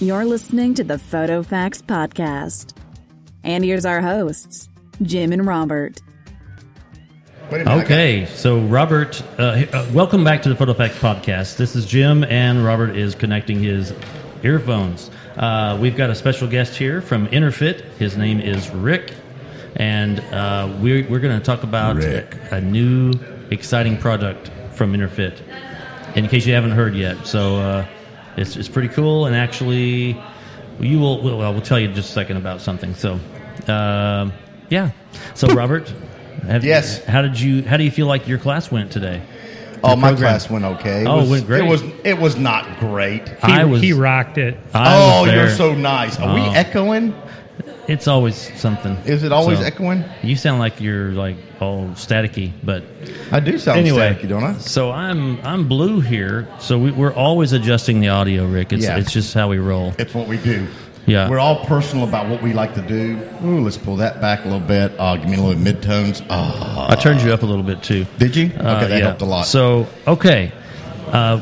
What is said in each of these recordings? You're listening to the Photo Facts Podcast. And here's our hosts, Jim and Robert. Wait a minute, I got- Okay, so Robert, uh, he- uh, welcome back to the Photo Facts podcast. This is Jim, and Robert is connecting his earphones. Uh, we've got a special guest here from Interfit. His name is Rick, and uh, we're, we're going to talk about Rick. a new exciting product from Interfit. In case you haven't heard yet, so uh, it's it's pretty cool, and actually, you will well, I will tell you in just a second about something. So, um yeah. So Robert, have, Yes. How did you? How do you feel like your class went today? oh, my program. class went okay. It Oh, it was, went great. It was, it was not great. He, I was. he rocked it. I Oh, was there. you're so nice. Are we Oh. echoing? It's always something. Is it always echoing? You sound like you're like all staticky, but I do sound anyway, staticky, don't I? so I'm I'm blue here. So we, we're always adjusting the audio, Rick. It's Yeah. it's just how we roll. It's what we do. Yeah. We're all personal about what we like to do. Ooh, let's pull that back a little bit. Oh, give me a little mid tones. Oh. I turned you up a little bit too. Did you? Okay, Uh, that helped a lot. So okay, uh,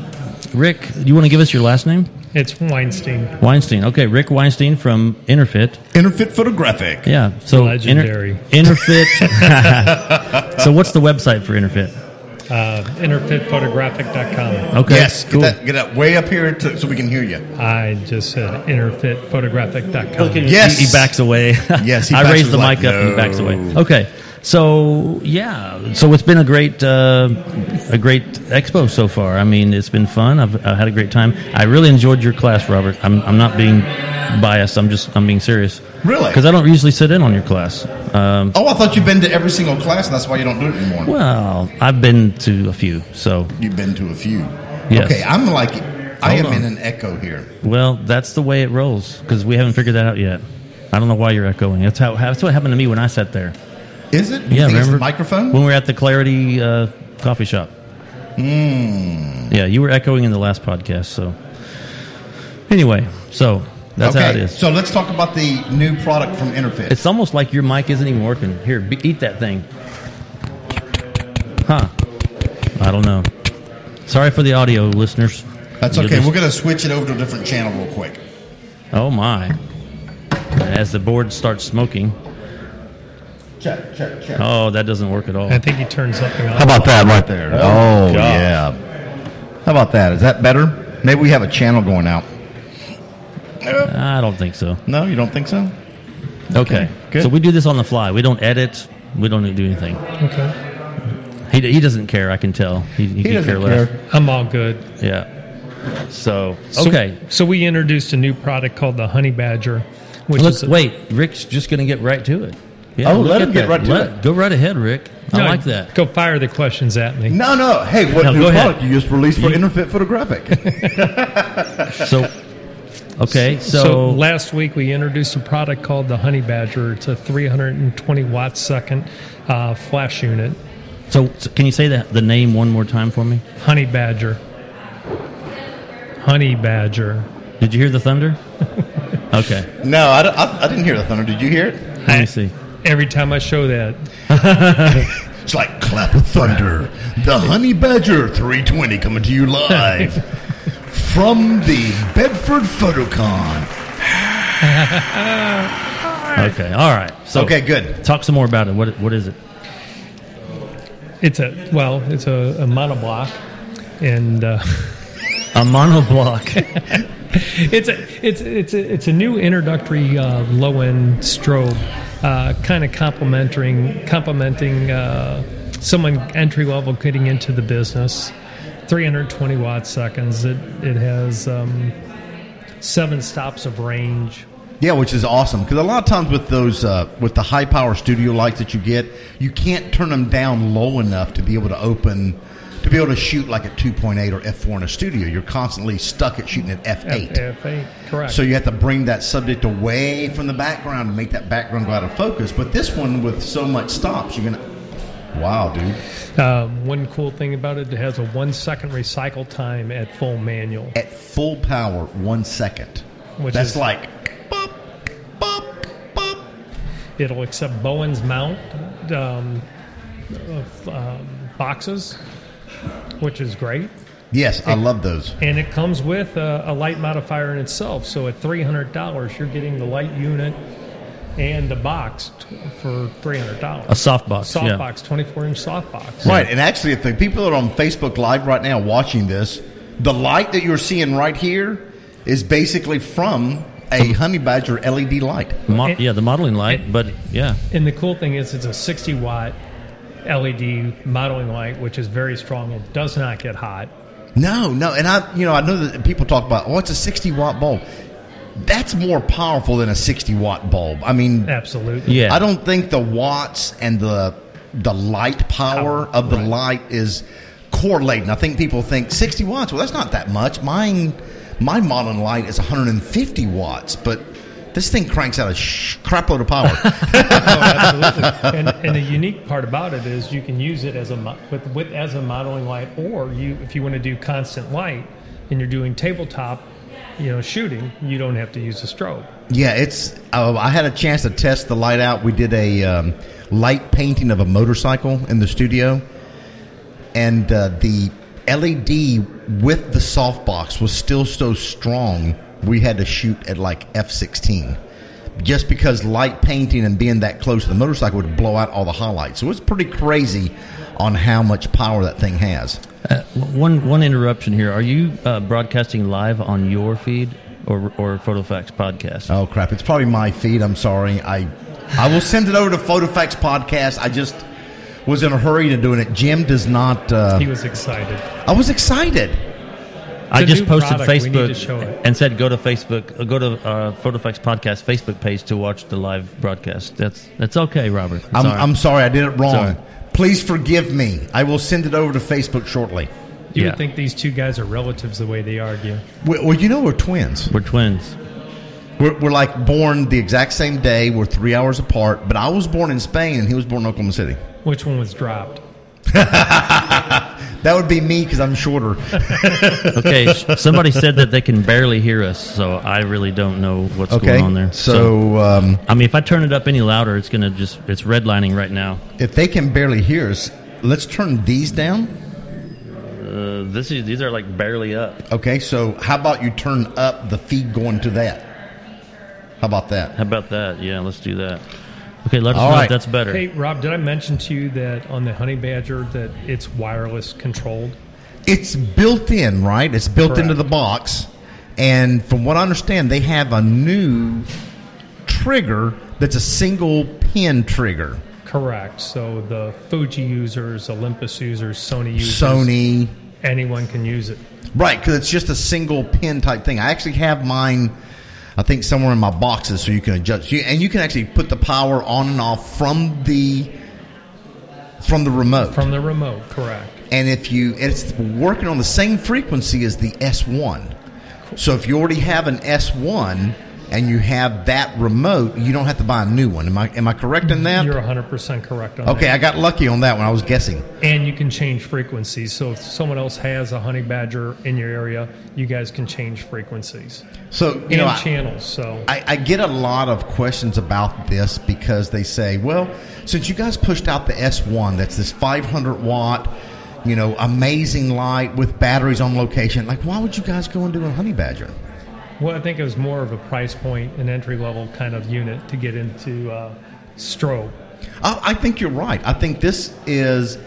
Rick, you want to give us your last name? It's Weinstein. Weinstein. Okay, Rick Weinstein from Interfit. Interfit Photographic. Yeah. So Legendary. Interfit. so what's the website for Interfit? Uh, interfitphotographic.com. Okay. Yes, get Cool. that get that way up here to, so we can hear you. I just said interfitphotographic.com. He- Yes. He, backs away. Yes, he I backs- raised the like, mic up. and He backs away. no. Okay. So yeah. So it's been a great, uh, a great expo so far. I mean, it's been fun. I've, i had a great time. I really enjoyed your class, Robert. I'm, I'm not being biased. I'm just I'm being serious. Really? Because I don't usually sit in on your class. Um, Oh, I thought you've been to every single class, and that's why you don't do it anymore. well, I've been to a few. So You've been to a few. Yes. Okay, I'm like, I Hold am on. in an echo here. Well, that's the way it rolls because we haven't figured that out yet. I don't know why you're echoing. That's how. That's what happened to me when I sat there. Is it? You yeah, think it's remember the microphone? when we were at the Clarity uh, coffee shop. Hmm. Mm. Yeah, you were echoing in the last podcast. So anyway, so that's how it is. So let's talk about the new product from Interfit. it's almost like your mic isn't even working. Here, be, eat that thing. Huh? I don't know. Sorry for the audio, listeners. That's You'll okay. just- We're going to switch it over to a different channel real quick. oh my! As the board starts smoking. Check, check, check. Oh, that doesn't work at all. I think he turned something How off. about that right there? Oh, God. yeah. How about that? Is that better? Maybe we have a channel going out. I don't think so. No, you don't think so? Okay. good. So we do this on the fly. We don't edit. We don't do anything. Okay. He, he doesn't care. I can tell. He, he, could doesn't care. I'm all good. less. Yeah. So So- okay. So, we introduced a new product called the Honey Badger, which Let's is a- wait. Rick's just going to get right to it. Yeah, Oh, look let at him get that. right to Let- it. Go right ahead, Rick. I No, like that. Go fire the questions at me. No, no. Hey, what No, new go ahead. product you just released for You- Interfit Photographic? So okay. So, So, last week we introduced a product called the Honey Badger. It's a 320 watt second uh, flash unit. so so can you say that the name one more time for me? Honey Badger. Honey Badger. Did you hear the thunder? okay. no, I, don't- I, I didn't hear the thunder. Did you hear it? Let me see. Every time I show that, It's like clap of thunder. The honey badger 320 coming to you live from the Bedford Photocon. Okay. All right. So Okay, good. Talk some more about it. What what is it? it's a well, it's a, a monoblock, and uh, A monoblock. it's a it's it's a, it's a new introductory uh, low end strobe, uh, kind of complementing complementing uh, someone entry level getting into the business. 320 watt seconds. It it has um, seven stops of range. Yeah, which is awesome because a lot of times with those uh, with the high power studio lights that you get, you can't turn them down low enough to be able to open to be able to shoot like at 2.8 or f4 in a studio. You're constantly stuck at shooting at f8. FA, correct. So you have to bring that subject away from the background and make that background go out of focus. But this one with so much stops, you're gonna. Wow, dude! Uh, one cool thing about it, it has a one second recycle time at full manual. At full power, one second. Which That's is- like. Bop, bop, bop. It'll accept Bowen's mount um, of um, boxes, which is great. Yes, I love those. And it comes with a, a light modifier in itself. So at three hundred dollars, you're getting the light unit and the box t- for three hundred dollars. A softbox, softbox, yeah. twenty-four inch softbox. Right, and actually, if the people that are on Facebook Live right now watching this, the light that you're seeing right here is basically from a honey badger LED light. Mo- It- yeah, the modeling light, but yeah, And the cool thing is, it's a sixty watt LED modeling light, which is very strong. It does not get hot. No, no, and I, you know, I know that people talk about, oh, it's a 60 watt bulb. That's more powerful than a 60 watt bulb. I mean, Absolutely. yeah. I don't think the watts and the the light power of the light is correlating. I think people think 60 watts. Well, that's not that much. Mine, my modern light is 150 watts, but this thing cranks out a sh- crapload of power. Oh, absolutely. and, and the unique part about it is you can use it as a mo- with, with as a modeling light, or you if you want to do constant light and you're doing tabletop, you know, shooting, you don't have to use a strobe. yeah, it's. Uh, I had a chance to test the light out. We did a um, light painting of a motorcycle in the studio, and uh, the LED with the softbox was still so strong. We had to shoot at like f16, just because light painting and being that close to the motorcycle would blow out all the highlights. So it's pretty crazy on how much power that thing has. Uh, one one interruption here. Are you uh, broadcasting live on your feed or or PhotoFax podcast? Oh crap! It's probably my feed. I'm sorry. I I will send it over to PhotoFax podcast. I just was in a hurry to doing it. Jim does not. Uh, He was excited. I was excited. I it's a just new posted product. We need to show Facebook it. and said go to Facebook, uh, go to uh, PhotoFax podcast Facebook page to watch the live broadcast. That's that's okay, Robert. It's I'm, all right. I'm sorry. I did it wrong. Sorry. Please forgive me. I will send it over to Facebook shortly. You Yeah. would think these two guys are relatives the way they argue. Well, well, you know we're twins. We're twins. We're, we're like born the exact same day. We're three hours apart. But I was born in Spain and he was born in Oklahoma City. Which one was dropped? That would be me because I'm shorter. Okay, s- somebody said that they can barely hear us, so I really don't know what's Okay. going on there. So um, I mean, if I turn it up any louder, it's gonna just it's redlining right now. if they can barely hear us, let's turn these down. Uh, this is these are like barely up. Okay, so how about you turn up the feed going to that? How about that? How about that? Yeah, let's do that. Okay, let us All know right. if that's better. Hey, Rob, did I mention to you that on the Honey Badger that it's wireless controlled? It's built in, right? It's built Correct. into the box. And from what I understand, they have a new trigger that's a single pin trigger. Correct. So the Fuji users, Olympus users, Sony users, Sony. anyone can use it. Right, because it's just a single pin type thing. I actually have mine, I think, somewhere in my boxes so you can adjust. You- And you can actually put the power on and off from the. From the remote. From the remote, correct. and if you and it's working on the same frequency as the S1. So if you already have an S1 and you have that remote, you don't have to buy a new one. Am I am I correct in that? You're 100% correct on that. Okay, I got lucky on that one. I was guessing. And you can change frequencies. So if someone else has a honey badger in your area, you guys can change frequencies So you and know, I- channels. So I, I get a lot of questions about this because they say, well, since you guys pushed out the S1, that's this 500 watt, you know, amazing light with batteries on location, like, why would you guys go and do a honey badger? well, I think it was more of a price point, an entry level kind of unit to get into uh, strobe. I, I think you're right. I think this is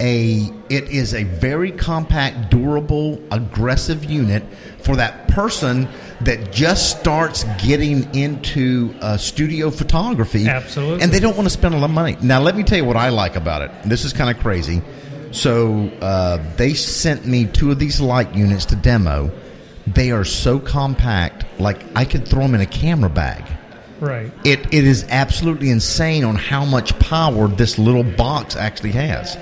a it is a very compact, durable, aggressive unit for that person that just starts getting into uh, studio photography. Absolutely. and they don't want to spend a lot of money. Now, let me tell you what I like about it. This is kind of crazy. So uh, they sent me two of these light units to demo. They are so compact, like I could throw them in a camera bag Right. it, it is absolutely insane on how much power this little box actually has.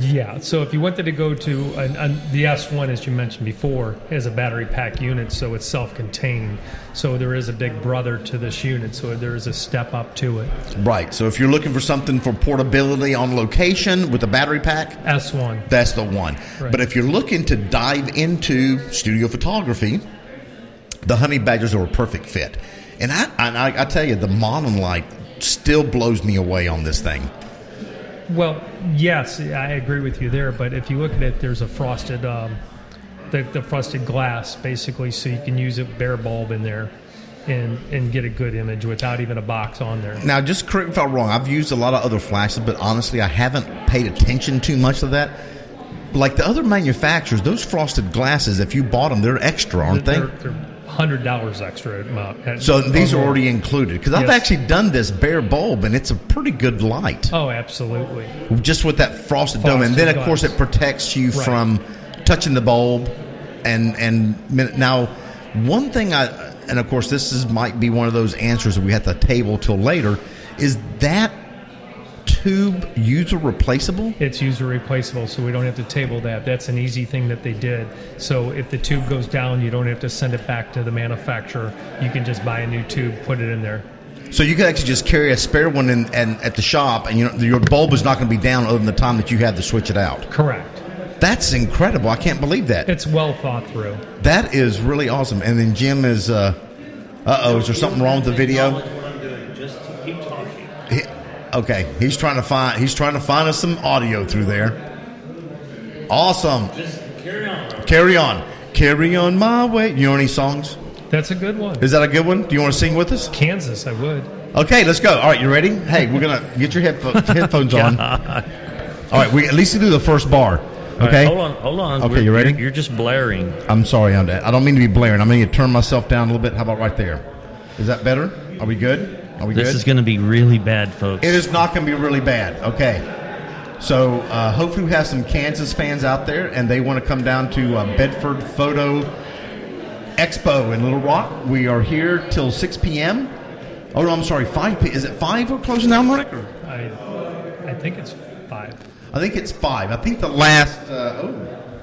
Yeah. So if you wanted to go to an, an, the S1, as you mentioned before, is a battery pack unit, so it's self contained. So there is a big brother to this unit. So there is a step up to it. Right. So if you're looking for something for portability on location with a battery pack, S1. that's the one. Right. But if you're looking to dive into studio photography, the honey badgers are a perfect fit. And I and I, I tell you, the modern light still blows me away on this thing. Well, yes, I agree with you there. But if you look at it, there's a frosted, um, the, the frosted glass basically, so you can use a bare bulb in there, and and get a good image without even a box on there. Now, just correct me if I'm wrong. I've used a lot of other flashes, but honestly, I haven't paid attention too much to that. Like the other manufacturers, those frosted glasses, if you bought them, they're extra, aren't they? They're, they're hundred dollars extra amount. at- So these are on- already included because I've Yes. actually done this bare bulb, and it's a pretty good light, Oh, absolutely. just with that frosted dome. And Frosted then, of glass. course, it protects you Right. from touching the bulb. And and min- now, one thing I and of course this is might be one of those answers that we have to table till later is that tube user replaceable. It's user replaceable, so we don't have to table that. That's an easy thing that they did. So if the tube goes down, you don't have to send it back to the manufacturer. You can just buy a new tube, put it in there. So you could actually just carry a spare one in, and at the shop, and you know your bulb is not going to be down other than the time that you have to switch it out. Correct. That's incredible. I can't believe that. It's well thought through. That is really awesome. And then Jim is, uh oh, is there something wrong with the video? Just keep talking. He- okay, he's trying to find he's trying to find us some audio through there. Awesome. Just carry on. Carry on, carry on my way. You know any songs? That's a good one. Is that a good one? Do you want to sing with us? Kansas, I would. Okay, let's go. All right, you ready? Hey, we're gonna get your headpho- headphones on. All right, we at least do the first bar. Okay. hold on, hold on. Okay, We're- you ready? You're, you're just blaring. I'm sorry, I'm, I don't mean to be blaring. I'm going to turn myself down a little bit. How about right there? Is that better? Are we good? Are we This good? is going to be really bad, folks. It is not going to be really bad. Okay. So uh, hopefully we have some Kansas fans out there, and they want to come down to uh, Bedford Photo Expo in Little Rock. We are here till 6 p.m. Oh, no, I'm sorry, 5 p.m. Is it 5 we're closing down, Rick? Or- I, I think it's five. I think it's 5. I think the last. Uh,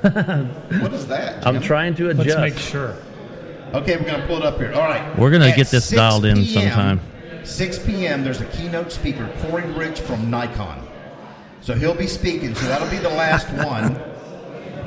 oh. what is that? I'm Jim? trying to Let's adjust. make sure. Okay, we're going to pull it up here. All right. We're gonna At get this 6 dialed in p.m., sometime. 6 p.m., there's a keynote speaker, Corey Rich from Nikon. So he'll be speaking, so that'll be the last one.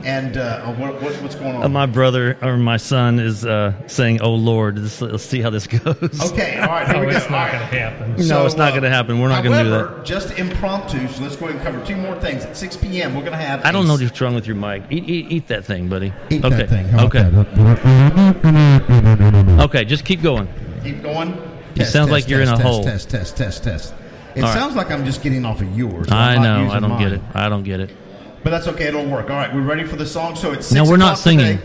And uh, oh, what, what, what's going on? Uh, my brother or my son is uh, saying, "Oh Lord, this, let's see how this goes." okay, all right, here Oh, we go. it's All not right. uh, going to happen. No, it's not gonna happen. We're not gonna do however, Just impromptu, so let's go ahead and cover two more things. At 6 p.m., we're going to have. I don't a- know what's wrong with your mic. Eat, eat, eat that thing, buddy. Eat okay. that thing. How about okay. that? Okay. Just keep going. Keep going. It sounds like you're in a test, hole. Test, test, test, test. It All right. sounds like I'm just getting off of yours. I I'm not know. using I don't get mine. it. I don't get it. But that's okay. It'll work. All right, we're ready for the song. So it's six No, we're not o'clock today. singing.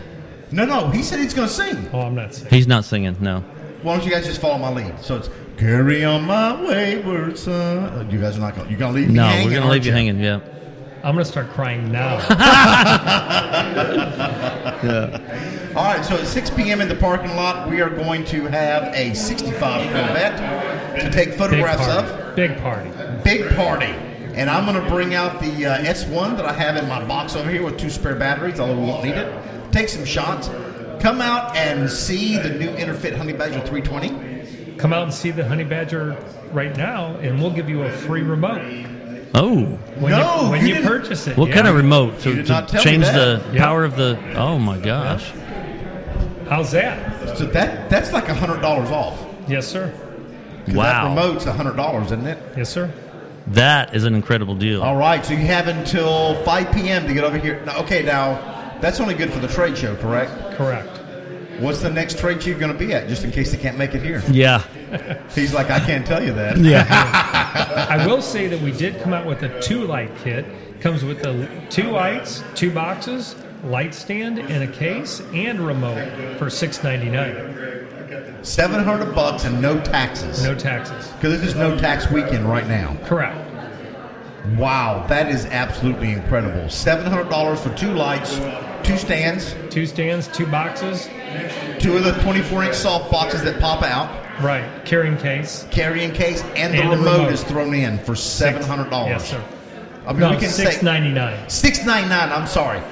No, no. He said he's going to sing. Oh, I'm not saying. He's not singing. No. Why don't you guys just follow my lead? So it's carry on my wayward son. Uh, You guys are not going. You're going to leave me No. hanging. we're gonna aren't leave you hanging. Yeah. I'm going to start crying now. All right. So at 6 p.m. in the parking lot, we are going to have a 65 Corvette to take Big photographs of. party. Big party. Big party. And I'm going to bring out the uh, S1 that I have in my box over here with two spare batteries, although we won't need it. Take some shots. Come out and see the new Interfit Honey Badger 320. Come out and see the honey badger right now, and we'll give you a free remote. Oh. When No, you, when you you, didn't- purchase it. What yeah. kind of remote to, did to not tell me change the that. Yeah. power of the? Oh my gosh. How's that? So that that's like a hundred dollars off. Yes, sir. 'Cause That Wow. remote's a hundred dollars, isn't it? Yes, sir. That is an incredible deal. All right. So you have until five p.m. to get over here. Now, okay, now that's only good for the trade show, correct? Correct. What's the next trade show you're going to be at, just in case they can't make it here? Yeah. He's like, I can't tell you that. I will say that we did come out with a two light kit. Comes with the two lights, two boxes, light stand, and a case, and remote for six ninety nine. Seven hundred bucks and no taxes. No taxes. Because this is no tax weekend right now. Correct. Wow, that is absolutely incredible. Seven hundred dollars for two lights, two stands, Two stands, two boxes. two of the twenty-four inch soft boxes that pop out. Right. Carrying case. carrying case and the And the remote, remote. is thrown in for seven hundred dollars. Yes, sir. I mean, No, we can six say ninety nine. six nine nine. I'm sorry,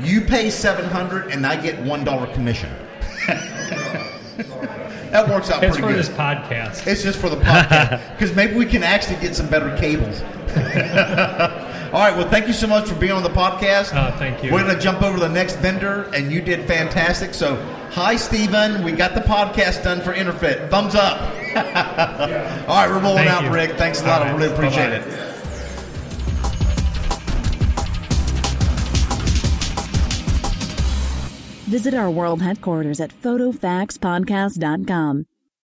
you pay seven hundred and I get one dollar commission. that works out It's pretty for good. this podcast. It's just for the podcast because maybe we can actually get some better cables. All right. Well, thank you so much for being on the podcast. Uh, thank you. We're going to jump over to the next vendor, and you did fantastic. So, hi, Steven. We got the podcast done for Interfit. Thumbs up. All right, we're rolling Thank out, you. Rick. Thanks a lot. All I right. really appreciate Bye-bye. it. visit our world headquarters at photofaxpodcast.com